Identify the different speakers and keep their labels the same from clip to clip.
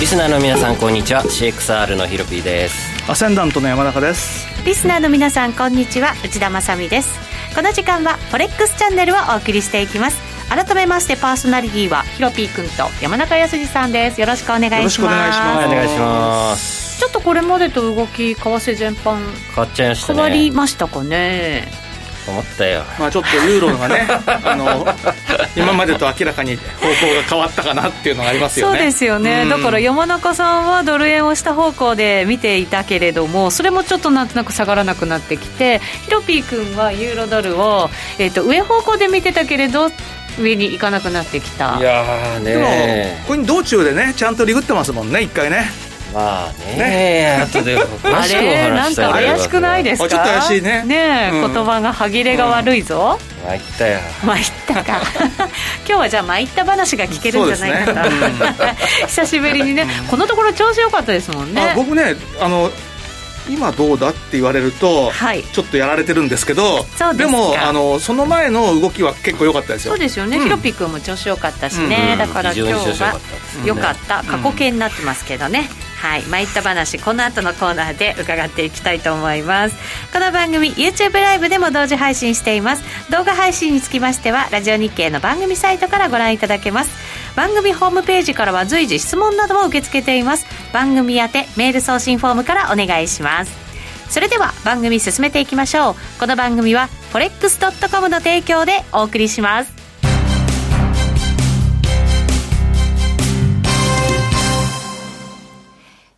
Speaker 1: リスナーの皆さんこんにちは CXR のひろぴーです
Speaker 2: アセンダントの山中です
Speaker 3: リスナーの皆さんこんにちは内田まさみですこの時間はフォレックスチャンネルをお送りしていきます改めましてパーソナリティはひろぴーくんと山中康さんですよろしくお願いします
Speaker 2: よろしくお願いします
Speaker 1: お願いします
Speaker 3: ちょっとこれまでと動き為替全般
Speaker 1: 変わっちゃいました
Speaker 3: 変
Speaker 1: ね
Speaker 3: わりましたかね
Speaker 1: 思ったよ
Speaker 2: まあちょっとユーロがね あの今までと明らかに方向が変わったかなっていうのがありますよ
Speaker 3: そう
Speaker 2: ね
Speaker 3: ですよね、
Speaker 2: うん
Speaker 3: だから山中さんはドル円を下方向で見ていたけれどもそれもちょっとなんとなく下がらなくなってきてヒロピー君はユーロドルを、えっと上方向で見てたけれど上に行かなくなってきた
Speaker 1: いやー
Speaker 2: でも
Speaker 1: ね
Speaker 2: ここに道中でねちゃんとリグってますもんね一回ね
Speaker 1: まあねあとで詳
Speaker 3: あ
Speaker 1: しくお
Speaker 3: れな
Speaker 1: 話
Speaker 3: ん
Speaker 1: した
Speaker 3: か怪しくないですすか
Speaker 2: あちょっと怪しいね
Speaker 3: ねえ、
Speaker 2: うん
Speaker 3: 言葉が歯切れが悪いぞ、
Speaker 1: まいったよ
Speaker 3: 参った か今日はじゃあ参った話が聞けるんじゃない
Speaker 2: そ
Speaker 3: かと、
Speaker 2: うですね
Speaker 3: 久しぶりにねこのところ調子良かったですもんね
Speaker 2: あ僕ねあの今どうだって言われると、
Speaker 3: はい
Speaker 2: ちょっとやられてるんですけど
Speaker 3: そうですか
Speaker 2: もあのその前の動きは結構良かったですよ
Speaker 3: そうですよね、
Speaker 2: うん
Speaker 3: ヒロピー君も調子良かったし
Speaker 2: う
Speaker 3: ね、
Speaker 2: ん
Speaker 3: だから
Speaker 1: 非
Speaker 3: 今
Speaker 1: 常
Speaker 3: 日
Speaker 1: に調子良かっ
Speaker 3: は
Speaker 1: たですね
Speaker 3: 良かった、過去形になってますけどね、はい参った話この後のコーナーで伺っていきたいと思いますこの番組 YouTube ライブでも同時配信しています動画配信につきましてはラジオ日経の番組サイトからご覧いただけます番組ホームページからは随時質問なども受け付けています番組宛てメール送信フォームからお願いしますそれでは番組進めていきましょうこの番組は forex.com の提供でお送りします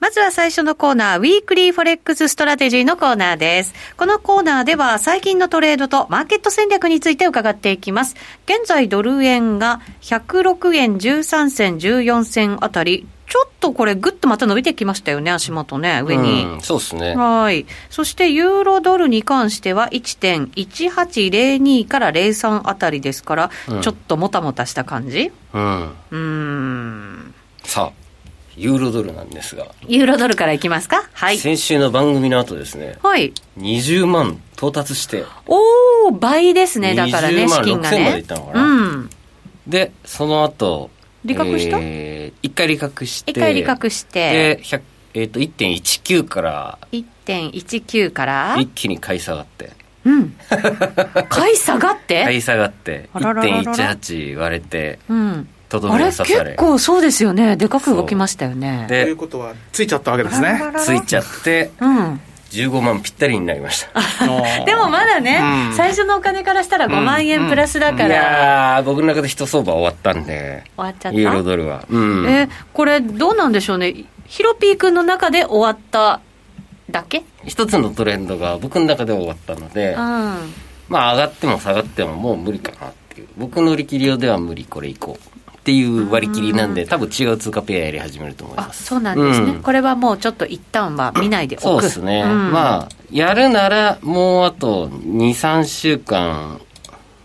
Speaker 3: まずは最初のコーナー、ウィークリーフォレックスストラテジーのコーナーです。このコーナーでは最近のトレードとマーケット戦略について伺っていきます。現在ドル円が106円13銭14銭あたり、ちょっとこれぐっとまた伸びてきましたよね、足元ね、上に。
Speaker 1: うんそうですね
Speaker 3: はい。そして、ユーロドルに関しては、1.1802から03あたりですから、
Speaker 1: うん
Speaker 3: ちょっともたもたした感じ
Speaker 1: うん
Speaker 3: うーん。
Speaker 1: さあユーロドルなんですが、
Speaker 3: ユーロドルからいきますかはい。
Speaker 1: 先週の番組の後ですね
Speaker 3: はい。
Speaker 1: 20万到達して
Speaker 3: おー、倍ですね、だからね、
Speaker 1: 20
Speaker 3: 資
Speaker 1: 万
Speaker 3: 金が
Speaker 1: 6000までい
Speaker 3: ね
Speaker 1: っ。たのか
Speaker 3: う。
Speaker 1: なんでその後
Speaker 3: 利確した
Speaker 1: えー一回利確して
Speaker 3: 一回利確して、
Speaker 1: で、100えっ、と、1.19から
Speaker 3: 1.19から、
Speaker 1: 一気に買い下がって、
Speaker 3: うん。 買い下がって、
Speaker 1: 買い下がって、
Speaker 3: あらららら
Speaker 1: 1.18割れて、
Speaker 3: うん。
Speaker 1: とど
Speaker 3: あ
Speaker 1: め
Speaker 3: れ、
Speaker 1: が刺
Speaker 3: 結
Speaker 1: され、
Speaker 3: 構そうですよね。でかく動きましたよね。
Speaker 2: とい
Speaker 1: で
Speaker 2: う、ことはついちゃったわけですね
Speaker 3: ら
Speaker 1: ついちゃって、
Speaker 3: うん。
Speaker 1: 15万ぴったりになりました。
Speaker 3: でもまだね、
Speaker 2: うん
Speaker 3: 最初のお金からしたら5万円プラスだ
Speaker 1: い
Speaker 3: から、
Speaker 1: やー、僕の中で一相場終わったんで、
Speaker 3: 終わっちゃ
Speaker 1: ユーロ
Speaker 3: っ
Speaker 1: ドルは。うん。
Speaker 3: た。え、これどうなんでしょうね。ヒロピー君の中で終わっただけ
Speaker 1: 一つのトレンドが僕の中で終わったので
Speaker 3: う、ん。
Speaker 1: まあ上がっても下がってももう無理かなっていう。僕の売り切り用では無理、これいこう。っていう割り切りなんで、多分違う通貨ペアやり始めると思い
Speaker 3: あ、
Speaker 1: ます。
Speaker 3: そうなんですね。
Speaker 1: うん
Speaker 3: これはもうちょっと一旦は見ないでお
Speaker 1: そう
Speaker 3: く。
Speaker 1: ですね、
Speaker 3: うん
Speaker 1: まあやるなら、もうあと2、3週間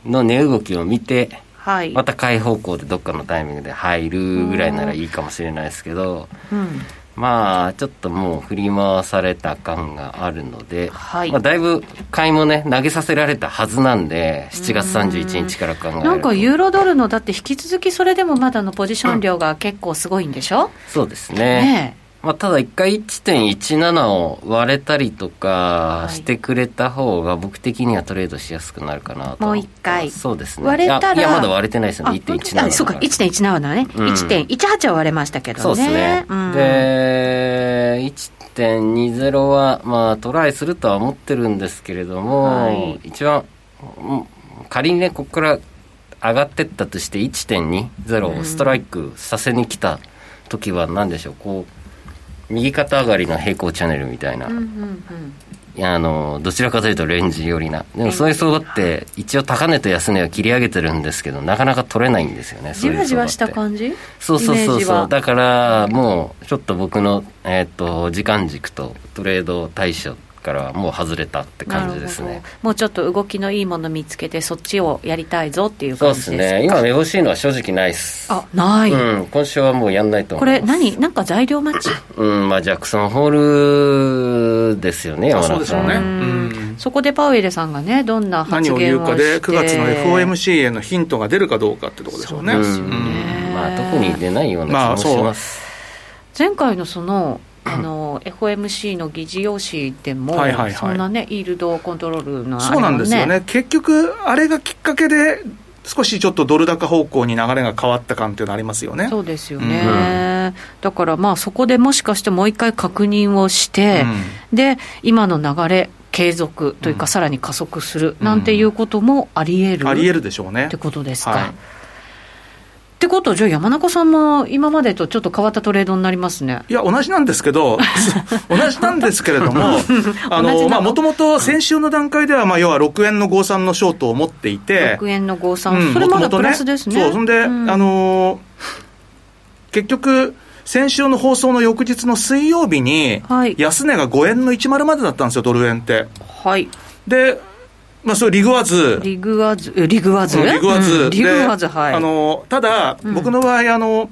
Speaker 1: の値動きを見て、
Speaker 3: はい。
Speaker 1: また買い方向でどっかのタイミングで入るぐらいならいいかもしれないですけど、
Speaker 3: うん。
Speaker 1: まあ、ちょっともう振り回された感があるので、
Speaker 3: はい
Speaker 1: まあ、だいぶ買いもね、投げさせられたはずなんで、7月31日から考えると。
Speaker 3: なんかユーロドルのだって引き続きそれでもまだのポジション量が結構すごいんでしょ、
Speaker 1: そうですね。
Speaker 3: ね
Speaker 1: まあ、ただ1回1.17を割れたりとか
Speaker 3: はい
Speaker 1: してくれた方が僕的にはトレードしやすくなるかなと
Speaker 3: もう一回
Speaker 1: そうですね
Speaker 3: 割れたら
Speaker 1: いやいやまだ割れてないです
Speaker 3: え
Speaker 1: よね
Speaker 3: 本当にあ
Speaker 1: 1.17
Speaker 3: そうか1.17はね、
Speaker 1: うん
Speaker 3: 1.18は割れましたけどね
Speaker 1: そうですね、
Speaker 3: うん
Speaker 1: で1.20はまあトライするとは思ってるんですけれども、
Speaker 3: はい
Speaker 1: 一番うん仮にねここから上がってったとして1.20をストライクさせに来た時は何でしょうこう右肩上がりの平行チャンネルみたいな、
Speaker 3: うんうんうん
Speaker 1: いやあのどちらかというとレンジ寄りなでもそういう相場って一応高値と安値は切り上げてるんですけどなかなか取れないんですよねそ
Speaker 3: じ
Speaker 1: ういう
Speaker 3: わじわし
Speaker 1: 相
Speaker 3: た
Speaker 1: 場って
Speaker 3: 感じ
Speaker 1: そうそうそ
Speaker 3: イメー
Speaker 1: う
Speaker 3: ジ
Speaker 1: そ
Speaker 3: は
Speaker 1: うだからもうちょっと僕の、えっと時間軸とトレード対象からはもう外れたって感じです
Speaker 3: なる
Speaker 1: ね
Speaker 3: ほどもうちょっと動きのいいもの見つけてそっちをやりたいぞっていう
Speaker 1: そうで
Speaker 3: 感じですす
Speaker 1: ね今目星いのは正直ないっす
Speaker 3: あない、
Speaker 1: うん今週はもうやんないと思
Speaker 3: こ
Speaker 1: う
Speaker 3: れ何なんか材料待ち
Speaker 1: うんまあジャクソンホールですよね
Speaker 2: あ
Speaker 1: 山田さん
Speaker 2: そうでしょうね。う
Speaker 3: うんんそこでパウエルさんがねどんな
Speaker 2: 何
Speaker 3: 発
Speaker 2: を言
Speaker 3: 言
Speaker 2: う
Speaker 3: をし
Speaker 2: か
Speaker 3: て
Speaker 2: で、9月の FOMC へのヒントが出るかどうかってとこでしょうね。
Speaker 3: そうで
Speaker 1: ん
Speaker 3: すよね
Speaker 1: まあ特に出ないよう
Speaker 2: ま
Speaker 1: な
Speaker 2: あ
Speaker 1: 気もします、
Speaker 3: 前回のそ のあの FOMC の議事要旨でも、
Speaker 2: はいはいはい
Speaker 3: そんなね、イールドコントロールのあれ
Speaker 2: そうなんですよ
Speaker 3: も
Speaker 2: ね。結局、あれがきっかけで、少しちょっとドル高方向に流れが変わった感っていうのありますよね。
Speaker 3: そうですよね、だからまあそこでもしかしてもう一回確認をして、で今の流れ継続というか、
Speaker 2: うん
Speaker 3: さらに加速するなんていうこともありえ
Speaker 2: う
Speaker 3: る、
Speaker 2: んあり得るでしょうね。
Speaker 3: ってことですか、
Speaker 2: はい
Speaker 3: ってことはじゃあ山中さんも今までとちょっと変わったトレードになりますね
Speaker 2: いや、同じなんですけど、 そう同じなんですけれども、あ
Speaker 3: 同じな
Speaker 2: の、
Speaker 3: の
Speaker 2: まあ、もともと先週の段階では、まあ、要は6円の53のショートを持っていて、
Speaker 3: 6円の5
Speaker 2: う
Speaker 3: 三、
Speaker 2: ん
Speaker 3: それまだ
Speaker 2: 元
Speaker 3: プ
Speaker 2: 々
Speaker 3: ラスですね
Speaker 2: そう、そんで、
Speaker 3: うん
Speaker 2: あのー結局、先週の放送の翌日の水曜日に、
Speaker 3: はい
Speaker 2: 安値が5円の10までだったんですよ、ドル円って。
Speaker 3: はい
Speaker 2: で、まあ、それリグわず、
Speaker 3: リグワズえリグワズ、
Speaker 2: うんリグワズ、
Speaker 3: うんリグワズ
Speaker 2: で
Speaker 3: はい
Speaker 2: あのただ、
Speaker 3: うん
Speaker 2: 僕の場合あの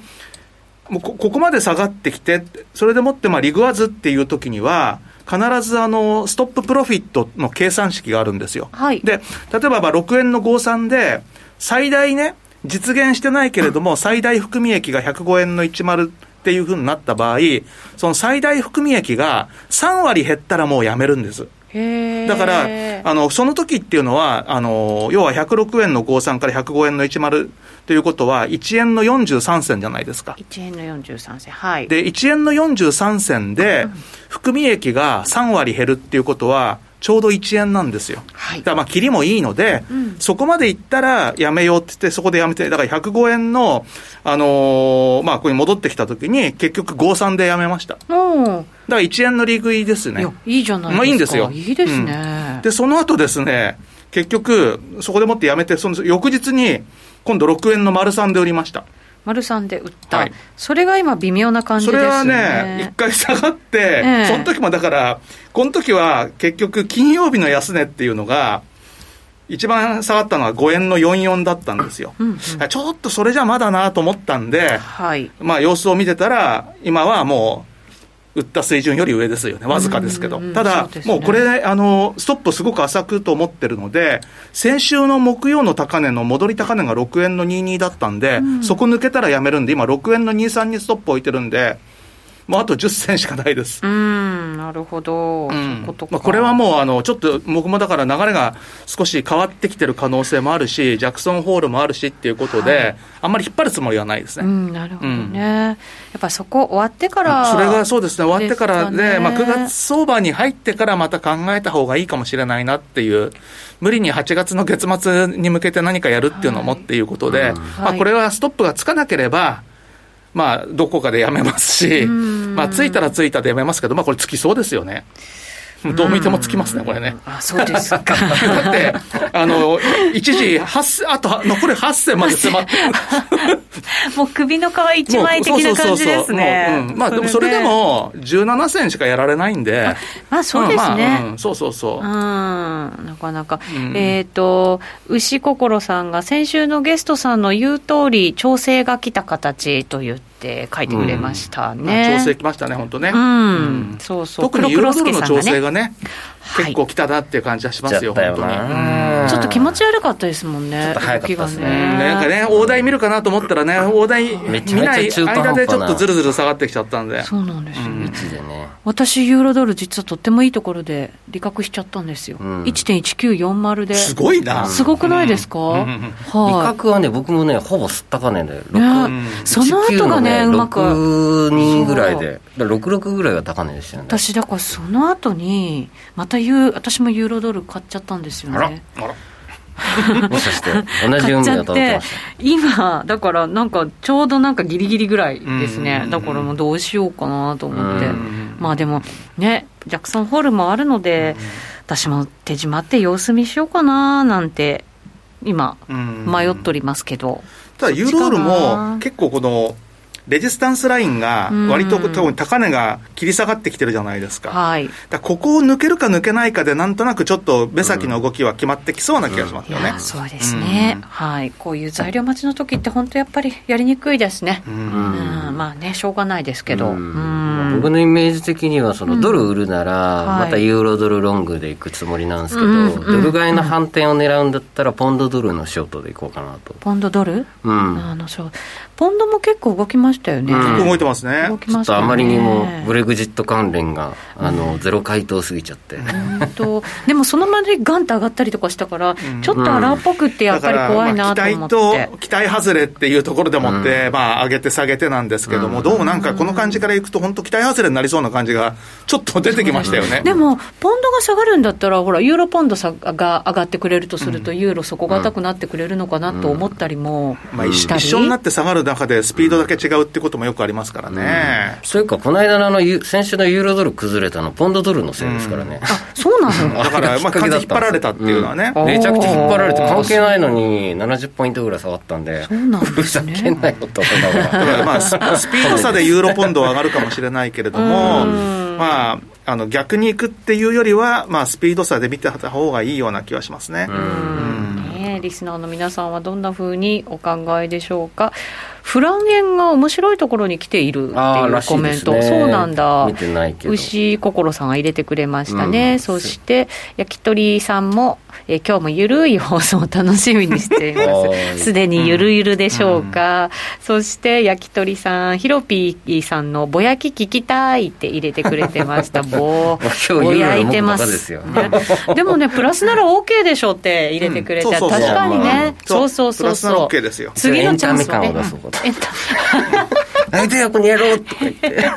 Speaker 2: もうこここまで下がってきてそれでもって、まあ、リグワズっていう時には必ずあのストッププロフィットの計算式があるんですよ、
Speaker 3: はい
Speaker 2: で例えばまあ6円の53で最大ね実現してないけれども最大含み益が105円の10っていうふうになった場合その最大含み益が3割減ったらもうやめるんです
Speaker 3: へー
Speaker 2: だから、あの、その時っていうのは、あの、要は106円の53から105円の10ということは、1円の43銭じゃないですか。
Speaker 3: 1円の43銭はい
Speaker 2: で、1円の43銭で、含み益が3割減るっていうことは、ちょうど1円なんですよ。
Speaker 3: はい
Speaker 2: だからまあ、切りもいいので、
Speaker 3: うん
Speaker 2: そこまでいったらやめようって言って、そこでやめて、だから105円の、あのーまあ、ここに戻ってきた時に、結局53でやめました。だ
Speaker 3: おー
Speaker 2: から1円の利食いですね。
Speaker 3: いやいいじゃないですか、
Speaker 2: まあいいんですよ
Speaker 3: いいですね、
Speaker 2: で、その後ですね、結局、そこでもってやめて、その翌日に、今度6円の丸三で売りました。
Speaker 3: 丸三で売った、
Speaker 2: はい
Speaker 3: それが今微妙な感じ
Speaker 2: そ
Speaker 3: です
Speaker 2: れは
Speaker 3: よね
Speaker 2: ね、一回下がって、
Speaker 3: ええ
Speaker 2: その時もだから、この時は結局金曜日の安値っていうのが、一番下がったのは5円の44だったんですよ。
Speaker 3: うんうん
Speaker 2: あちょっとそれじゃまだなと思ったんで、
Speaker 3: はい
Speaker 2: まあ様子を見てたら、今はもう、売った水準より上ですよね、わずかですけど、
Speaker 3: うんうんうん
Speaker 2: た
Speaker 3: そ
Speaker 2: だ
Speaker 3: う、ですね
Speaker 2: もうこれ、あのストップすごく浅くと思ってるので、先週の木曜の高値の戻り高値が6円の22だったんで、
Speaker 3: ん
Speaker 2: そこ抜けたらやめるんで、今、6円の23にストップ置いてるんで、もうあと10銭しかないです。
Speaker 3: うんなるほど、
Speaker 2: う
Speaker 3: そうんいうことか、
Speaker 2: まあ、これはもうあの、ちょっと僕もだから流れが少し変わってきてる可能性もあるし、ジャクソンホールもあるしっていうことで、あんまり引っ張るつもりはないですね。
Speaker 3: うん、なるほどね、やっぱそこ終わってから
Speaker 2: それがそうですね、終わってから
Speaker 3: です
Speaker 2: で、
Speaker 3: かね
Speaker 2: まあ、9月相場に入ってからまた考えた方がいいかもしれないなっていう、無理に8月の月末に向けて何かやるっていうのも
Speaker 3: はい
Speaker 2: っていうことで、
Speaker 1: うん
Speaker 2: まあ、これはストップがつかなければ、まあ、どこかでやめますし、
Speaker 3: うん
Speaker 2: まあ、ついたらついたでやめますけど、まあ、これつきそうですよね。どう見てもつきますね、これね。
Speaker 3: あ、そうですか。
Speaker 2: だって、あの、一時、八千あとは残り8銭まで迫って
Speaker 3: もう首の皮一枚的な感じです
Speaker 2: もう
Speaker 3: ね
Speaker 2: う。んまあでもそれで。も17銭しかやられないんで。
Speaker 3: まあそうです
Speaker 2: んまあ
Speaker 3: ね
Speaker 2: う。んそうそうそう
Speaker 3: う。ん、なかなか、
Speaker 2: うん
Speaker 3: えっ、と、牛心さんが先週のゲストさんの言う通り、調整が来た形と言って書いてくれましたね。
Speaker 2: 調整きましたね、本当ね。
Speaker 3: うん、
Speaker 2: うん
Speaker 3: そうそう。
Speaker 2: 特にユーロドルの調整
Speaker 3: が、
Speaker 2: がね、
Speaker 3: い
Speaker 2: 結構来たなっていう感じはしますよ、
Speaker 1: ちゃ
Speaker 2: 本
Speaker 1: った
Speaker 2: 当
Speaker 1: よ
Speaker 2: に。
Speaker 1: な
Speaker 2: うん
Speaker 3: ちょっと気持ち悪かったですもんね。
Speaker 1: ちょっと早かったですね
Speaker 3: 動きがね
Speaker 2: なんかね、大台見るかなと思ったらね、大台
Speaker 1: めちゃめ
Speaker 2: 見
Speaker 1: ちゃ
Speaker 2: ない
Speaker 1: 中途半端な
Speaker 2: 間でちょっとずるずる下がってきちゃったんで。
Speaker 3: そうなんですよ、
Speaker 2: うん
Speaker 1: 一でね
Speaker 3: 私、ユーロドル、実はとってもいいところで利確しちゃったんですよ、
Speaker 1: うん
Speaker 3: 1.1940で、
Speaker 2: すごいな。
Speaker 3: すごくないですか、
Speaker 2: うん
Speaker 1: 威
Speaker 3: はい、
Speaker 1: 嚇はね僕もねほぼすったかねんだよ
Speaker 3: ね
Speaker 1: 6
Speaker 3: その後がね、うまく、
Speaker 1: 62ぐらいでだから66ぐらいが高値でしたよね
Speaker 3: 私、だからその後に、またユー私もユーロドル買っちゃったんですよ
Speaker 1: あら
Speaker 3: ね。
Speaker 2: あら
Speaker 1: もしかして同じ
Speaker 3: 買
Speaker 1: 運
Speaker 3: っち
Speaker 1: 命
Speaker 3: ゃ
Speaker 1: を
Speaker 3: った
Speaker 1: どって
Speaker 3: て
Speaker 1: まし
Speaker 3: 今だからなんかちょうどなんかギリギリぐらいで
Speaker 2: う
Speaker 3: す
Speaker 2: んうん
Speaker 3: ね
Speaker 2: うん
Speaker 3: だからもうどうしようかなと思って
Speaker 1: うん
Speaker 3: まあでもねジャクソンホールもあるので私も手締まって様子見しようかななんて今迷っとりますけど
Speaker 2: ただ、ユーロドルも結構この、レジスタンスラインが割と
Speaker 3: うん
Speaker 2: 特に高値が切り下がってきてるじゃないですか。
Speaker 3: はい
Speaker 2: だからここを抜けるか抜けないかで、なんとなくちょっと目先の動きは決まってきそうな気がします
Speaker 3: い
Speaker 2: よね。
Speaker 3: やそうですね
Speaker 2: うん
Speaker 3: はいこういう材料待ちの時って本当やっぱりやりにくいですね
Speaker 2: う
Speaker 1: た
Speaker 2: ん
Speaker 3: うん
Speaker 1: うん
Speaker 3: まあねしょうがないですけどう
Speaker 1: うん
Speaker 3: ん
Speaker 1: 僕のイメージ的にはそのドル売るなら
Speaker 3: うんはい
Speaker 1: またユーロドルロングで行くつもりなんですけど、
Speaker 3: うんうん
Speaker 1: ドル買いの反転を狙うんだったらポンドドルのショートで行こうかなと、
Speaker 3: ポンドドル
Speaker 1: うん
Speaker 3: あのそうポンドも結構動きましたよね、
Speaker 1: うん
Speaker 2: 動いてますね
Speaker 3: 動。き
Speaker 1: ちょ
Speaker 3: ま
Speaker 1: っ
Speaker 3: した
Speaker 1: と
Speaker 3: ね
Speaker 1: あまりにもブレグジット関連があのゼロ回答すぎちゃって、
Speaker 3: 本当でもそのまでガンと上がったりとかしたから、
Speaker 2: ん
Speaker 3: ちょっと荒っぽくってやっぱり怖いなと思
Speaker 2: だか
Speaker 3: っ
Speaker 2: らまあ
Speaker 3: て
Speaker 2: 期待と、期待外れっていうところでもって、まあ、上げて下げてなんですけども、どうもなんかこの感じからいくと、本当期待外れになりそうな感じが、ちょっと出てきましたよね。
Speaker 3: でもポンドが下がるんだったらほらユーロポンドさが上がってくれるとすると、ユーロ底堅くなってくれるのかなと思ったりも
Speaker 2: まあ、一
Speaker 3: したり、
Speaker 2: 一緒になって下がる中で、スピードだけ違うってこともよくありますからね。
Speaker 1: そういうかこの間のあのユ先週のユーロドル崩れたのポンドドルのせいですからね、
Speaker 3: あそうなの
Speaker 2: だから、まあ、完全に引っ張られたっていうのはね。
Speaker 3: うん
Speaker 1: めちゃくちゃ引っ張られて関係ないのに70ポイントぐらい下がったんで
Speaker 3: そうなん
Speaker 1: ふ
Speaker 3: です
Speaker 1: ざ
Speaker 3: ね
Speaker 1: けんなよと思いなが
Speaker 2: だ
Speaker 1: ら
Speaker 2: からま あス、スピード差でユーロポンドは上がるかもしれないけれども、
Speaker 3: うん
Speaker 2: まあ、あの逆に行くっていうよりは、まあ、スピード差で見てた方がいいような気はしますね。
Speaker 3: うんねえリスナーの皆さんはどんな風にお考えでしょうかフラン円が面白いところに来ているって
Speaker 1: あー
Speaker 3: い
Speaker 1: ら
Speaker 3: う
Speaker 1: し
Speaker 3: コ
Speaker 1: いで
Speaker 3: メン
Speaker 1: す
Speaker 3: ト、
Speaker 1: ね
Speaker 3: そうなんだ
Speaker 1: 見てないけど
Speaker 3: 牛心さんが入れてくれましたね、
Speaker 1: うん
Speaker 3: そして焼き鳥さんも、えー今日もゆるい放送を楽しみにしてい
Speaker 1: は
Speaker 3: ま
Speaker 1: ーい
Speaker 3: すすでにゆるゆるでしょうか、そして焼き鳥さんひろぴーさんのぼやき聞きたいって入れてくれて ましたぼー
Speaker 1: 今日
Speaker 3: ぼ
Speaker 1: ゆる
Speaker 3: や
Speaker 1: い
Speaker 3: い
Speaker 1: の
Speaker 3: て
Speaker 1: 僕
Speaker 3: ま
Speaker 1: ばか
Speaker 3: す
Speaker 1: ですよ
Speaker 3: ねでもね、プラスなら OK でしょうって入れてくれて、
Speaker 2: うんそうそう
Speaker 3: 確
Speaker 2: そう
Speaker 3: かに
Speaker 1: ま
Speaker 3: ね、そうそうそ
Speaker 2: プ
Speaker 3: う
Speaker 2: ラスな
Speaker 3: そう。
Speaker 2: ら OK ですよ。
Speaker 3: 次のチャンスはね
Speaker 1: エンタメ感を出そうこと
Speaker 3: エンタ
Speaker 1: あいつよこにやろうとか言って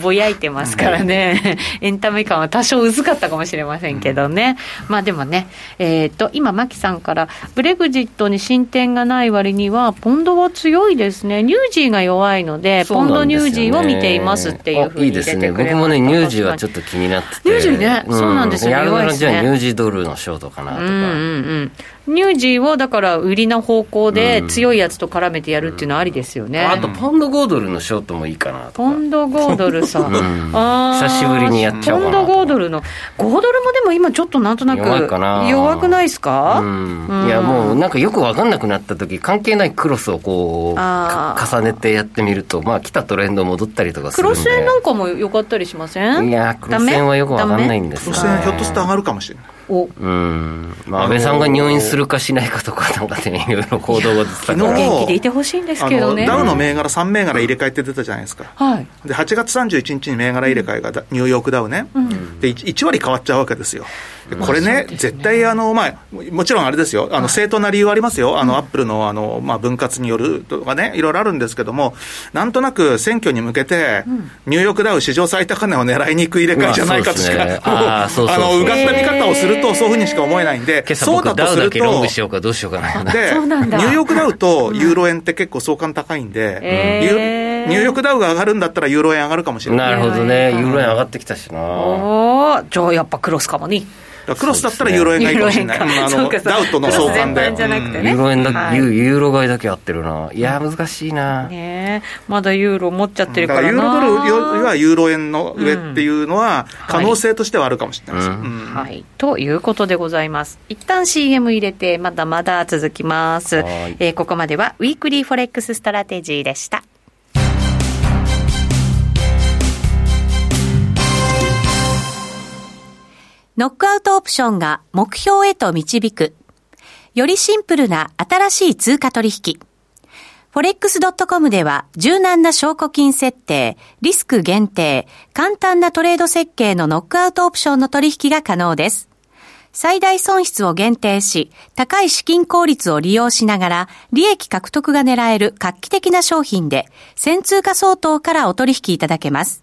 Speaker 3: ぼやいてますから ね、エンタメ感は多少薄かったかもしれませんけどね、まあでもね、えっと今、マキさんから、ブレグジットに進展がない割には、ポンドは強いですね、ニュージーが弱いので、ポンドニュージーを見ていますっていうふう
Speaker 1: い
Speaker 3: に
Speaker 1: いで
Speaker 3: 出て
Speaker 1: す
Speaker 3: くれ
Speaker 1: ね
Speaker 3: ました
Speaker 1: 僕もねニュージーはちょ
Speaker 3: っ
Speaker 1: っと気になってて
Speaker 3: ニュージーねそうなんですよね
Speaker 1: やるな
Speaker 3: 弱い
Speaker 1: ら
Speaker 3: です
Speaker 1: じ
Speaker 3: ね
Speaker 1: ゃあニュージードルのショートかなと
Speaker 3: うんう
Speaker 1: か
Speaker 3: んうん、ニュージーをだから売りの方向で強いやつと絡めてやるっていうのはありですよね、
Speaker 1: あとポンド5ドルのショートもいいかなと
Speaker 3: ポ
Speaker 1: か
Speaker 3: ンド5ドルさ、
Speaker 1: ん
Speaker 3: あー
Speaker 1: 久しぶりにやっちゃおうかな
Speaker 3: ポンド5ドルの、5ドルもでも今、ちょっとなんとなく
Speaker 1: 弱いかな
Speaker 3: 弱くないですか、
Speaker 1: うんいやもうなんかよく分かんなくなった時関係ないクロスをこう
Speaker 3: あー
Speaker 1: か重ねてやってみるとまあ来たトレンド戻ったりとかす
Speaker 3: ク
Speaker 1: るん
Speaker 3: ロ
Speaker 1: で
Speaker 3: ス円なんかも良かったりしません
Speaker 1: いやクロス円はよく分かんないんで
Speaker 3: で
Speaker 1: す
Speaker 2: そ
Speaker 1: よ、ね、
Speaker 2: してひょっとして上がるかもしれない。
Speaker 3: お
Speaker 1: うんまあ安倍さんが入院するかしないかとかなんかねいろいろ行動が出てたか
Speaker 3: お
Speaker 1: ら
Speaker 2: 昨日
Speaker 3: 元気でいてほしいんです
Speaker 2: あ
Speaker 3: けど
Speaker 2: の
Speaker 3: ね
Speaker 2: ダウの銘柄3銘柄入れ替えって出たじゃないですか。
Speaker 3: はい、
Speaker 2: で8月31日に銘柄入れ替えがだニューヨークダウね、で 1, 割変わっちゃうわけですよ、でこれね、絶対あの、まあ、ももちろんあれですよ、あの正当な理由はありますよ、あのアップルのあの、まあ、分割によるとかね、いろいろあるんですけども、なんとなく選挙に向けて、ニューヨークダウ史上最高値を狙いに行く入れ替えじゃないかとし
Speaker 1: う
Speaker 2: か、
Speaker 1: わそうですねあーそうそうそう
Speaker 2: のうがった見方をすると、そういうふうにしか思えないんで、
Speaker 1: 今朝
Speaker 2: そう
Speaker 1: 僕
Speaker 2: だと
Speaker 1: ダウ
Speaker 2: す
Speaker 1: だ
Speaker 2: る
Speaker 1: けロン
Speaker 2: と
Speaker 1: グ。しようかどうしようかな
Speaker 2: で
Speaker 3: そうなんだ
Speaker 2: ニューヨークダウとユーロ円って結構相関高いんで、
Speaker 3: えー
Speaker 2: ユー
Speaker 3: ね
Speaker 2: 入力ダウが上がるんだったらユーロ円上がるかもしれない。
Speaker 1: なるほどね。
Speaker 3: うん
Speaker 1: ユーロ円上がってきたしな。
Speaker 3: おーじゃあやっぱクロスかもね
Speaker 2: だからクロスだったらユーロ円がいいかもしれない。
Speaker 3: ユーロ円か
Speaker 2: うんあ
Speaker 3: そう
Speaker 2: の、
Speaker 3: かそうか
Speaker 2: ダウとの相関で。
Speaker 3: クロス全般じゃなくて
Speaker 2: うん
Speaker 3: ね
Speaker 1: ユーロ円だ、
Speaker 3: はい
Speaker 1: ユユーロ買いだけ合ってるな。いやー、難しいな。
Speaker 3: ねえまだユーロ持っちゃって
Speaker 2: だ
Speaker 3: る
Speaker 2: か
Speaker 3: からら
Speaker 2: ユーロドルよりは
Speaker 3: な
Speaker 2: ユーロ円の上っていうのは可能性としてはあるかもしれないです。
Speaker 1: うん
Speaker 2: うん
Speaker 3: はいということでございます一旦 CM 入れてまだまだ続きます
Speaker 1: はい、
Speaker 3: えーここまではウィークリーフォレックスストラテジーでした
Speaker 4: ノックアウトオプションが目標へと導く。よりシンプルな新しい通貨取引。forex.com では柔軟な証拠金設定、リスク限定、簡単なトレード設計のノックアウトオプションの取引が可能です。最大損失を限定し、高い資金効率を利用しながら、利益獲得が狙える画期的な商品で、1000通貨相当からお取引いただけます。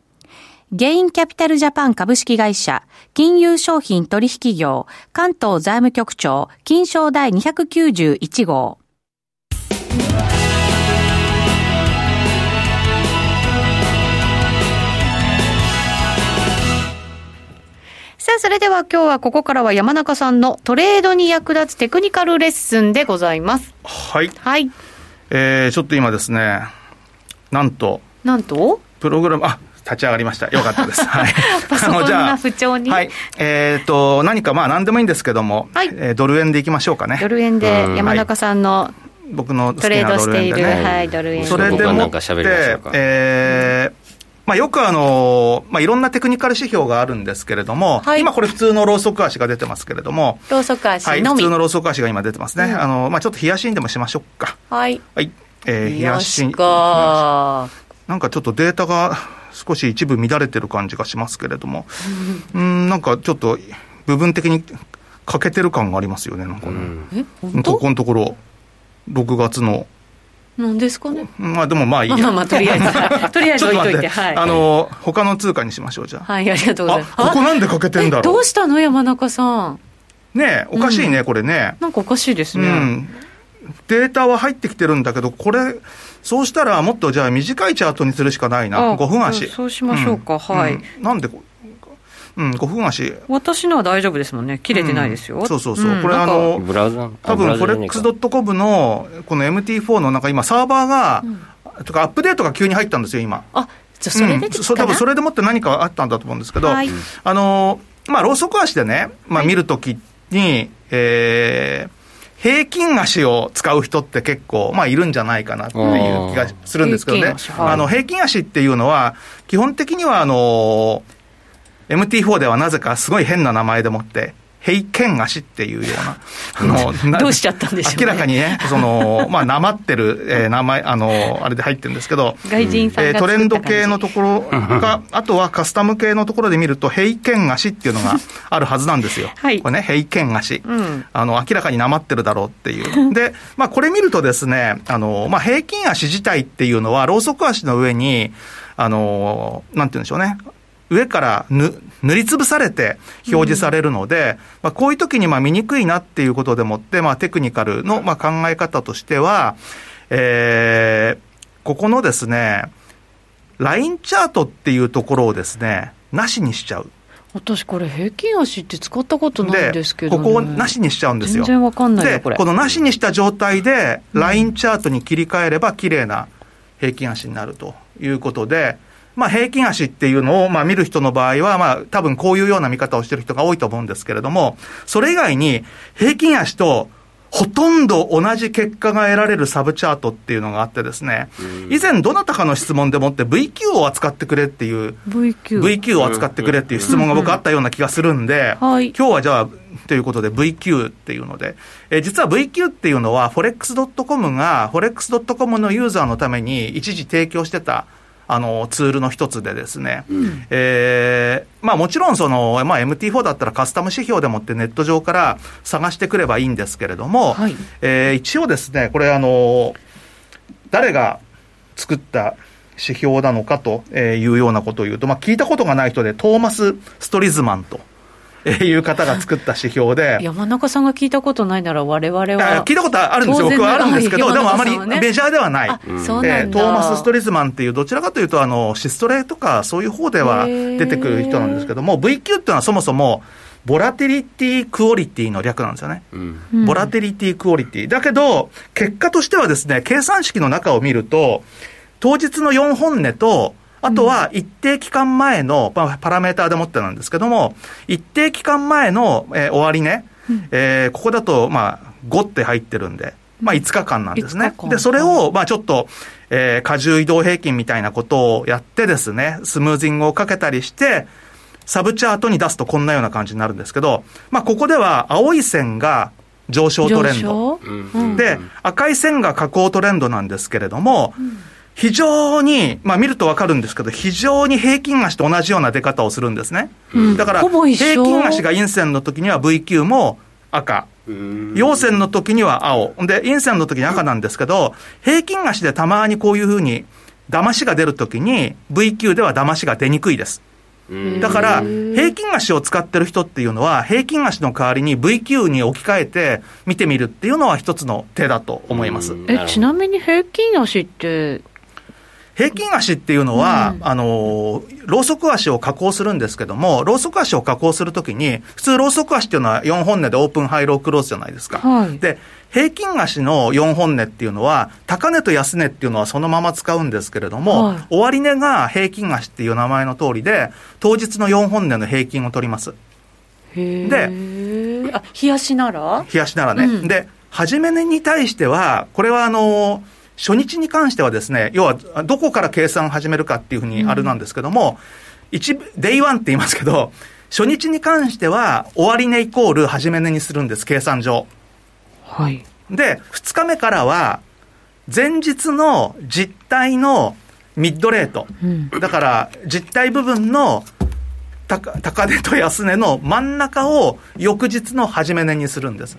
Speaker 4: ゲインキャピタルジャパン株式会社、金融商品取引業、関東財務局長、金賞第291号。
Speaker 3: さあ、それでは今日はここからは山中さんのトレードに役立つテクニカルレッスンでございます。
Speaker 2: はい。
Speaker 3: はい。
Speaker 2: えーちょっと今ですね、なんと、
Speaker 3: なんと、
Speaker 2: プログラム、あ、立ち上がりました。よかったです。はい。
Speaker 3: パソコン
Speaker 2: あのじゃあ
Speaker 3: が不調に
Speaker 2: はい。えっ、と、何かまあ何でもいいんですけども、
Speaker 3: はい
Speaker 2: えードル円でいきましょうかね。
Speaker 3: ドル円で山中さんの
Speaker 2: 僕の好き
Speaker 3: トレー
Speaker 2: な
Speaker 3: ド
Speaker 2: ド
Speaker 3: し
Speaker 2: ル
Speaker 3: てい
Speaker 2: 円
Speaker 3: る、
Speaker 2: でね。
Speaker 3: はい、ドル円。
Speaker 1: い
Speaker 2: それで
Speaker 1: 僕は
Speaker 2: も
Speaker 1: な
Speaker 2: っ
Speaker 1: んか喋りましょ
Speaker 2: て
Speaker 1: うか、
Speaker 2: えーまあ、よくあの、まあ、いろんなテクニカル指標があるんですけれども、
Speaker 3: はい
Speaker 2: 今これ普通のローソク足が出てますけれども、
Speaker 3: ローソク
Speaker 2: は
Speaker 3: 足
Speaker 2: い、
Speaker 3: の
Speaker 2: 普
Speaker 3: み。
Speaker 2: 通の
Speaker 3: はい。
Speaker 2: ローソク足が今出てますね。あの、まあ、ちょっと冷やしんでもしましょうか。はい。えー、冷やし
Speaker 3: よしか
Speaker 2: なんかちょっとデータが少し一部乱れてる感じがしますけれど も、うーん、なんかちょっと部分的に欠けてる感がありますよね、なんか
Speaker 1: う
Speaker 2: ね。
Speaker 1: ん
Speaker 3: え、本
Speaker 2: こ
Speaker 3: 当
Speaker 2: このところ、6月の。
Speaker 3: なんですかね。
Speaker 2: まあでもまあいい
Speaker 3: ま
Speaker 2: や。
Speaker 3: あまあまあ、とりあえ ずはい、とりあえず置いといて、はい。
Speaker 2: あの、他の通貨にしましょう、じゃあ。
Speaker 3: はい、ありがとうござい
Speaker 2: あ
Speaker 3: ます。、
Speaker 2: ここ
Speaker 3: あ
Speaker 2: なんで欠けてんだ
Speaker 3: えど
Speaker 2: ろ
Speaker 3: うしたの山中さん。
Speaker 2: う。ねえ、おかしいね、これね。
Speaker 3: なんかおかしいです
Speaker 2: う
Speaker 3: ね。
Speaker 2: ん。データは入ってきてるんだけど、これ、そうしたらもっとじゃあ短いチャートにするしかないな。
Speaker 3: あ
Speaker 2: 5分足。
Speaker 3: そうそうしましょうかはい
Speaker 2: んなんでこ、うん、5分足。
Speaker 3: 私のは大丈夫ですもんね。切れてないですよ。
Speaker 2: うんそうそうそう。
Speaker 3: ん
Speaker 2: これあ、の、
Speaker 1: ブラウザ
Speaker 2: 多分フォレックスド
Speaker 1: ト
Speaker 2: ットコムのこの MT4 のなんか今サーバーが、とかアップデートが急に入ったんですよ今。
Speaker 3: あ、じゃあそれで
Speaker 2: うん
Speaker 3: き
Speaker 2: そ多
Speaker 3: たな
Speaker 2: 分それでもって何かあったんだと思うんですけど、
Speaker 3: はい
Speaker 2: あのーまあローソク足でね、まあ見るときに、えー平均足を使う人って結構、まあ、いるんじゃないかなっていう気がするんですけど
Speaker 3: あ
Speaker 2: ね
Speaker 3: ー平均足、はい
Speaker 2: あの平均足っていうのは、基本的にはあのー MT4 ではなぜかすごい変な名前でもって、平均足っていうような、 あのな
Speaker 3: どうしちゃったんでしょうね
Speaker 2: 明らかにね、その、まあ、なまってる、えー名前、あの、あれで入ってるんですけど、
Speaker 3: 外人さん
Speaker 2: えー
Speaker 3: が
Speaker 2: ト
Speaker 3: 作
Speaker 2: レ
Speaker 3: っ
Speaker 2: ン
Speaker 3: た
Speaker 2: ド
Speaker 3: 感じ
Speaker 2: 系のところか、あとはカスタム系のところで見ると、平均足っていうのがあるはずなんですよ。
Speaker 3: はい
Speaker 2: これね、平均足。
Speaker 3: うん
Speaker 2: あの、明らかになまってるだろうって いう。で、まあ、これ見るとですね、あの、まあ、平均足自体っていうのは、ローソク足の上に、あの、なんて言うんでしょうね。上からぬ塗りつぶされて表示されるので、まあ、こういう時にまあ見にくいなっていうことでもって、まあ、テクニカルのまあ考え方としては、えーここのですね、ラインチャートっていうところをですね、なしにしちゃう。
Speaker 3: 私これ平均足って使ったことないんですけど、
Speaker 2: ここをなしにしちゃうんですよ。
Speaker 3: 全然わかんないよ
Speaker 2: で、
Speaker 3: これ
Speaker 2: のなしにした状態で、ラインチャートに切り替えれば、綺麗な平均足になるということで、まあ、平均足っていうのを、まあ、見る人の場合は、まあ、多分こういうような見方をしてる人が多いと思うんですけれども、それ以外に、平均足と、ほとんど同じ結果が得られるサブチャートっていうのがあってですね、以前どなたかの質問でもって VQ を扱ってくれっていう、
Speaker 3: VQ。
Speaker 2: VQ を扱ってくれっていう質問が僕あったような気がするんで、
Speaker 3: うんはい
Speaker 2: 今日はじゃあ、ということで VQ っていうので、えー実は VQ っていうのは forex.com が forex.com のユーザーのために一時提供してたあのツールの一つでですね、えーまあもちろんその、まあ、MT4 だったらカスタム指標でもってネット上から探してくればいいんですけれども、
Speaker 3: はい、
Speaker 2: えー一応ですね、これあの、誰が作った指標なのかとえーいうようなことを言うと、まあ、聞いたことがない人で、トーマス・ストリズマンとえーいう方が作った指標で
Speaker 3: 山中さんが聞いたことないなら我々は。
Speaker 2: あ聞いたことはあるんですよ、
Speaker 3: 当然
Speaker 2: 僕はあるんですけど、
Speaker 3: はい
Speaker 2: でもあま
Speaker 3: 山田
Speaker 2: り
Speaker 3: さんはね
Speaker 2: メジャーではない。
Speaker 3: あ、そうな
Speaker 2: えー
Speaker 3: んだ。
Speaker 2: トーマス・ストリズマンっていう、どちらかというと、あの、シストレとか、そういう方では出てくる人なんですけども、VQ っていうのはそもそも、ボラティリティ・クオリティの略なんですよね。
Speaker 1: うん
Speaker 3: うん
Speaker 2: ボラティリティ・クオリティ。だけど、結果としてはですね、計算式の中を見ると、当日の4本値と、あとは一定期間前の、まあパラメーターでもってなんですけども、一定期間前の、えー終わりね、えーここだと、まあ、5って入ってるんで、まあ、5日間なんですね
Speaker 3: 5日。間
Speaker 2: で、それを、まあ、ちょっと、えー、荷重移動平均みたいなことをやってですね、スムージングをかけたりして、サブチャートに出すとこんなような感じになるんですけど、まあ、ここでは青い線が上昇トレンド。
Speaker 3: 上昇
Speaker 1: うん
Speaker 2: で、赤い線が下降トレンドなんですけれども、非常に、まあ見るとわかるんですけど、非常に平均足と同じような出方をするんですね。
Speaker 3: うん
Speaker 2: だから、
Speaker 3: ほぼ
Speaker 2: 平
Speaker 3: 一緒
Speaker 2: 均足が陰線の時には VQ も赤。
Speaker 1: うん
Speaker 2: 陽線の時には青。で、陰線の時に赤なんですけど、平均足でたまにこういうふうに、騙しが出る時に、VQ では騙しが出にくいです。だから、平均足を使ってる人っていうのは、平均足の代わりに VQ に置き換えて見てみるっていうのは一つの手だと思います。
Speaker 1: うん
Speaker 3: え、ちなみに平均足って、
Speaker 2: 平均足っていうのは、あの、ロウソク足を加工するんですけども、ロウソク足を加工するときに、普通ロウソク足っていうのは4本値でオープンハイロークローズじゃないですか。
Speaker 3: はい
Speaker 2: で、平均足の4本値っていうのは、高値と安値っていうのはそのまま使うんですけれども、
Speaker 3: はい
Speaker 2: 終値が平均足っていう名前の通りで、当日の4本値の平均を取ります。
Speaker 3: へ
Speaker 2: で
Speaker 3: ーあ、冷やしなら
Speaker 2: 冷やしならね。
Speaker 3: うん
Speaker 2: で、初め値に対しては、これはあの、初日に関してはですね、要は、どこから計算を始めるかっていうふうにあれなんですけども、一、デイワンって言いますけど、初日に関しては、終値イコール始め値にするんです、計算上。
Speaker 3: はい。
Speaker 2: で、2日目からは、前日の実体のミッドレート。
Speaker 3: うん。
Speaker 2: だから、実体部分の高高値と安値の真ん中を翌日の始め値にするんです。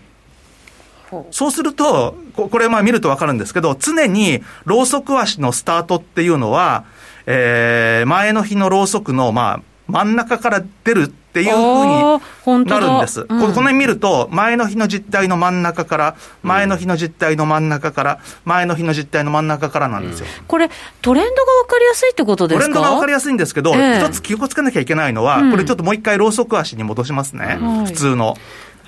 Speaker 3: ほ
Speaker 2: そうすると、ここれまあ見るとわかるんですけど、常にロウソク足のスタートっていうのは、えー前の日のロウソクのまあ真ん中から出るっていうふ
Speaker 3: あー
Speaker 2: う
Speaker 3: 本
Speaker 2: に
Speaker 3: 当だ
Speaker 2: なるんです。こ
Speaker 3: うん
Speaker 2: この辺見ると、前の日の実態の真ん中から、前の日の実態の真ん中から、前の日の実態の真ん中からなんですよ。
Speaker 3: これ、トレンドが分かりやすいってことで
Speaker 2: ト
Speaker 3: すか
Speaker 2: レンドが分かりやすいんですけど、一、
Speaker 3: ええ
Speaker 2: つ気をつけなきゃいけないのは、
Speaker 3: うん
Speaker 2: これちょっともう一回、ロウソク足に戻しますね、
Speaker 3: はい
Speaker 2: 普通の。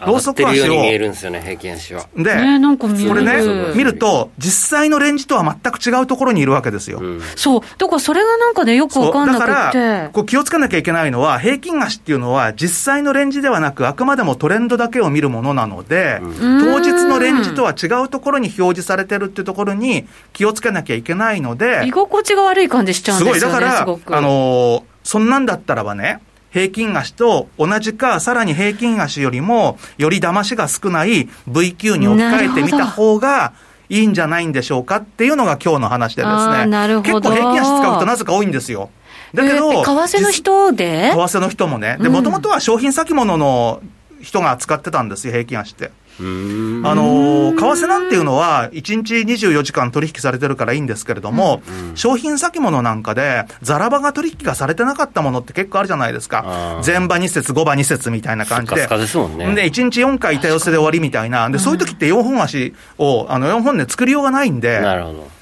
Speaker 1: ローソク足を。上がってるように見えるんですよね、平均足は。
Speaker 2: で、
Speaker 3: ねなんか見える
Speaker 2: これね、
Speaker 1: うん
Speaker 2: 見ると、実際のレンジとは全く違うところにいるわけですよ。
Speaker 1: うん
Speaker 3: そう。だからそれがなんかね、よく
Speaker 2: そ
Speaker 3: 分
Speaker 2: う
Speaker 3: かん
Speaker 2: だ
Speaker 3: な
Speaker 2: か
Speaker 3: くっ
Speaker 2: ら、
Speaker 3: て。
Speaker 2: こう気をつけなきゃいけないのは、平均足っていうのは、実際のレンジではなく、あくまでもトレンドだけを見るものなので、当日のレンジとは違うところに表示されてるっていうところに気をつけなきゃいけないので
Speaker 3: 居、心地が悪い感じしちゃうん
Speaker 2: す
Speaker 3: で
Speaker 2: ごい、
Speaker 3: す
Speaker 2: だ
Speaker 3: よ
Speaker 2: か
Speaker 3: ね、
Speaker 2: ら、
Speaker 3: す
Speaker 2: あの
Speaker 3: ごく。
Speaker 2: ーそんなんだったらばね、平均足と同じか、さらに平均足よりも、より騙しが少ない VQ に置き換えてみた方が、いいんじゃないんでしょうかっていうのが今日の話でで
Speaker 3: あ
Speaker 2: す
Speaker 3: ー
Speaker 2: ね。
Speaker 3: なるほど
Speaker 2: 結構平均足使うとなぜか多いんですよ。だけど、
Speaker 3: えー為替の人で
Speaker 2: 実為替の人もね。で、
Speaker 3: うん
Speaker 2: もともとは商品先物の人が使ってたんですよ、平均足って。
Speaker 1: うん
Speaker 2: あのー為替なんていうのは、1日24時間取引されてるからいいんですけれども、商品先物なんかで、ザラ場が取引がされてなかったものって結構あるじゃないです
Speaker 1: あ
Speaker 2: か、
Speaker 1: ー
Speaker 2: 前場2節、後場2節みたいな感じ
Speaker 1: スカ
Speaker 2: で
Speaker 1: ス。カですもんね。
Speaker 2: で、1日4回板寄せで終わりみたいな。で、そういう時って4本足を、あの、4本で作りようがないんで、
Speaker 1: なるほど。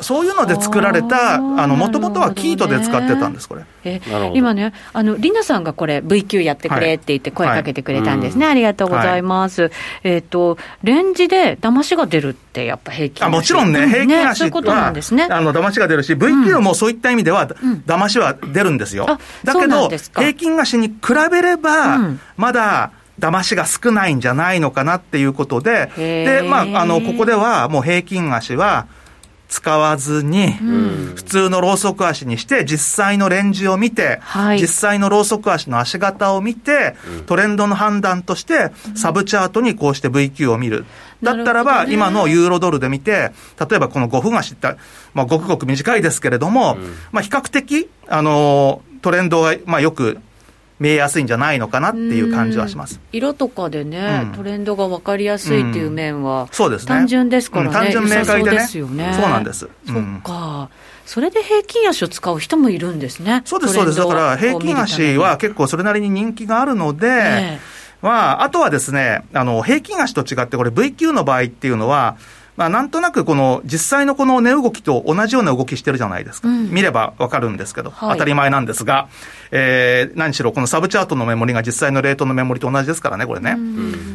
Speaker 2: そういうので作られた、
Speaker 3: あー
Speaker 2: あの、もともとはキートで使ってたんです、これ。
Speaker 3: え
Speaker 1: なるほど
Speaker 3: 今ね、あの、りなさんがこれ、VQ やってくれって言って声かけてくれたんですね。ありがとうございます。えっ、と、レンジで騙しが出るって、やっぱ平均
Speaker 2: あもちろんね、
Speaker 3: う
Speaker 2: 平均足
Speaker 3: そういうことなんですね。
Speaker 2: あの、騙しが出るし、VQ もそういった意味では、騙しは出るんですよ。
Speaker 3: あ
Speaker 2: だ
Speaker 3: そ
Speaker 2: け
Speaker 3: うなん
Speaker 2: ど
Speaker 3: です、か
Speaker 2: 平均足に比べれば、
Speaker 3: うん
Speaker 2: まだ、騙しが少ないんじゃないのかなっていうことで、
Speaker 3: へー
Speaker 2: で、まあ、あの、ここでは、もう平均足は、使わずに、
Speaker 1: うん
Speaker 2: 普通のローソク足にして、実際のレンジを見て、
Speaker 3: はい
Speaker 2: 実際のローソク足の足型を見て、トレンドの判断として、サブチャートにこうして VQ を見る。だったら
Speaker 3: なる
Speaker 2: ば、
Speaker 3: ほどね
Speaker 2: 今のユーロドルで見て、例えばこの5分足って、まあ、ごくごく短いですけれども、まあ、比較的、あのートレンドが、まあ、よく見えやすいんじゃないのかなっていう感じはします。
Speaker 3: 色とかでね、
Speaker 2: うん
Speaker 3: トレンドが分かりやすいっていう面は、
Speaker 2: そうですね。
Speaker 3: 単純ですからね
Speaker 2: うん単純明快で
Speaker 3: 良さそう
Speaker 2: ね。
Speaker 3: ですよね
Speaker 2: そうなんです。う
Speaker 3: そ
Speaker 2: ん
Speaker 3: っか、それで平均足を使う人もいるんですね、
Speaker 2: そうです、そうです。
Speaker 3: ト
Speaker 2: だ
Speaker 3: レ
Speaker 2: か
Speaker 3: ンドを
Speaker 2: ら、平均足は
Speaker 3: こ
Speaker 2: 結構それなりに人気があるので、
Speaker 3: う見るために、え
Speaker 2: まあ、あとはですね、あの、平均足と違って、これ V q の場合っていうのは、まあ、なんとなくこの実際のこの値動きと同じような動きしてるじゃないですか。
Speaker 3: うん
Speaker 2: 見ればわかるんですけど、
Speaker 3: はい
Speaker 2: 当たり前なんですが、えー、何しろこのサブチャートのメモリが実際のレートのメモリと同じですからね、これね。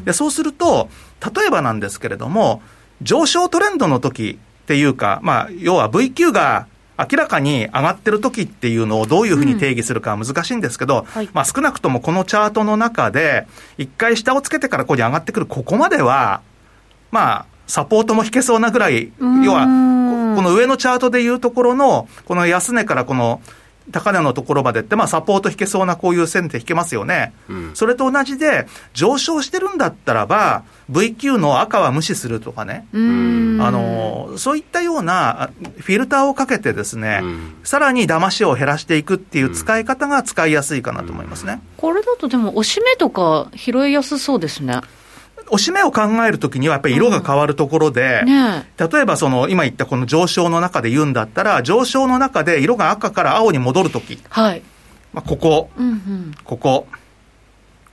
Speaker 2: で、そうすると、例えばなんですけれども、上昇トレンドの時っていうか、まあ、要は V q が明らかに上がってる時っていうのをどういうふうに定義するかは難しいんですけど、
Speaker 3: はい
Speaker 2: まあ少なくともこのチャートの中で、一回下をつけてからここに上がってくるここまでは、まあ、サポートも引けそうなぐらい、
Speaker 3: ーん
Speaker 2: 要は、ここの上のチャートでいうところの、この安値からこの高値のところまでって、まあ、サポート引けそうなこういう線って引けますよね。
Speaker 1: うん
Speaker 2: それと同じで、上昇してるんだったらば、VQ の赤は無視するとかね。
Speaker 3: うん
Speaker 2: あのーそういったようなあフィルターをかけてですね、
Speaker 1: うん
Speaker 2: さらに騙しを減らしていくっていう使い方が使いやすいかなと思いますね。
Speaker 3: これだとでも、おしめとか拾いやすそうですね。
Speaker 2: おしめを考えるときにはやっぱり色が変わるところで、
Speaker 3: ね
Speaker 2: 例えばその今言ったこの上昇の中で言うんだったら、上昇の中で色が赤から青に戻るとき、
Speaker 3: はい、
Speaker 2: まあ、ここ、
Speaker 3: うんうん、
Speaker 2: ここ、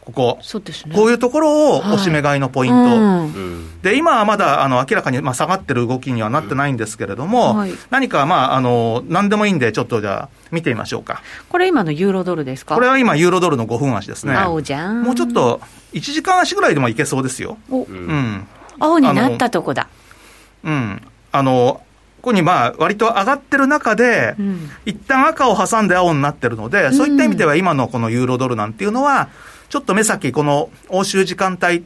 Speaker 2: ここ、
Speaker 3: そうですね。
Speaker 2: こう
Speaker 3: いう
Speaker 2: いうところを
Speaker 3: はい
Speaker 2: おしめ買いのポイント。
Speaker 3: うん
Speaker 1: うん
Speaker 2: で、今はまだ、あの、明らかに、まあ、下がってる動きにはなってないんですけれども、
Speaker 3: うんはい
Speaker 2: 何か、まあ、あの、何でもいいんで、ちょっとじゃあ、見てみましょうか。
Speaker 3: これ今のユーロドルですか
Speaker 2: これは今、ユーロドルの5分足ですね。
Speaker 3: 青じゃん
Speaker 2: もうちょっと、1時間足ぐらいでもいけそうですよ。
Speaker 3: お
Speaker 1: うん
Speaker 2: うん。
Speaker 3: 青になったとこだ、
Speaker 2: うん。あの、ここにまあ、割と上がってる中で、
Speaker 3: うん
Speaker 2: 一旦赤を挟んで青になってるので、そういった意味では今のこのユーロドルなんていうのは、ちょっと目先、この欧州時間帯、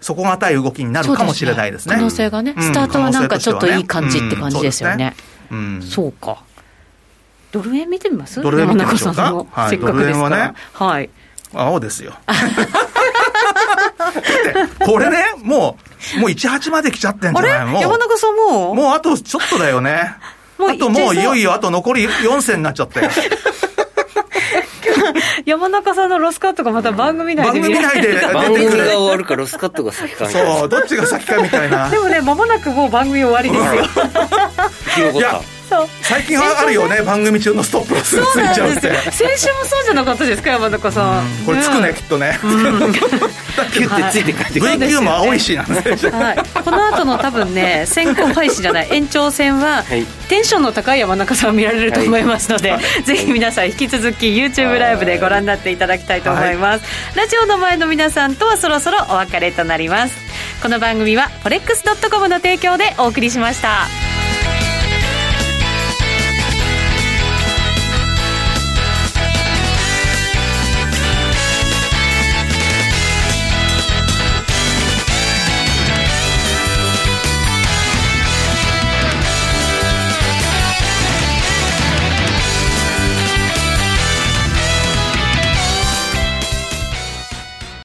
Speaker 2: 底堅い動きになるかもしれないですね。
Speaker 3: そう可能性がね、
Speaker 2: うん
Speaker 3: スタートはなんかちょっといい感じって感じですよね。
Speaker 2: うん
Speaker 3: そうか。ドル円見てみます
Speaker 2: ドル円見てみましょうか
Speaker 3: 山中さんの
Speaker 2: はい
Speaker 3: せっかくで
Speaker 2: ドル円
Speaker 3: すから。
Speaker 2: はね
Speaker 3: はい。
Speaker 2: 青ですよ。 だってこれね、もう、もう18まで来ちゃってんじゃ
Speaker 3: あれ
Speaker 2: ないもう
Speaker 3: 山中さんもう
Speaker 2: もうあとちょっとだよね。
Speaker 3: もう
Speaker 2: あともうい
Speaker 3: いっちゃいそう
Speaker 2: よいよあと残り4戦になっちゃって。
Speaker 3: 山中さんのロスカットがまた番組内
Speaker 2: 番
Speaker 3: で
Speaker 2: 組
Speaker 3: 見られ
Speaker 2: 内
Speaker 3: る。
Speaker 2: で
Speaker 1: 番
Speaker 2: 出
Speaker 1: 組
Speaker 2: て
Speaker 1: が
Speaker 2: くる。
Speaker 1: 終わるかロスカットが先かみたいな
Speaker 2: そう、どっちが先かみたいな
Speaker 3: で。もね、間もなくもう番組終わりです よ。
Speaker 1: 生き残
Speaker 2: い
Speaker 1: った
Speaker 2: や
Speaker 3: そう。
Speaker 2: 最近はあるよね、番組中のストップロスがつ
Speaker 3: そう
Speaker 2: いちゃう
Speaker 3: な
Speaker 2: んっ
Speaker 3: で
Speaker 2: て
Speaker 3: すよ。。先週もそうじゃなかったですか、山中さん。
Speaker 2: これつくね、きっとね。
Speaker 1: キュッてついて帰ってくる
Speaker 2: VQ も青いしなんで。
Speaker 3: はい、この後の多分ね先行廃止じゃない延長戦は、
Speaker 1: はい
Speaker 3: テンションの高い山中さんを見られると思いますので、 ぜひ皆さん引き続き YouTube ライブでご覧になっていただきたいと思います、ラジオの前の皆さんとはそろそろお別れとなりますこの番組は forex.com の提供でお送りしました。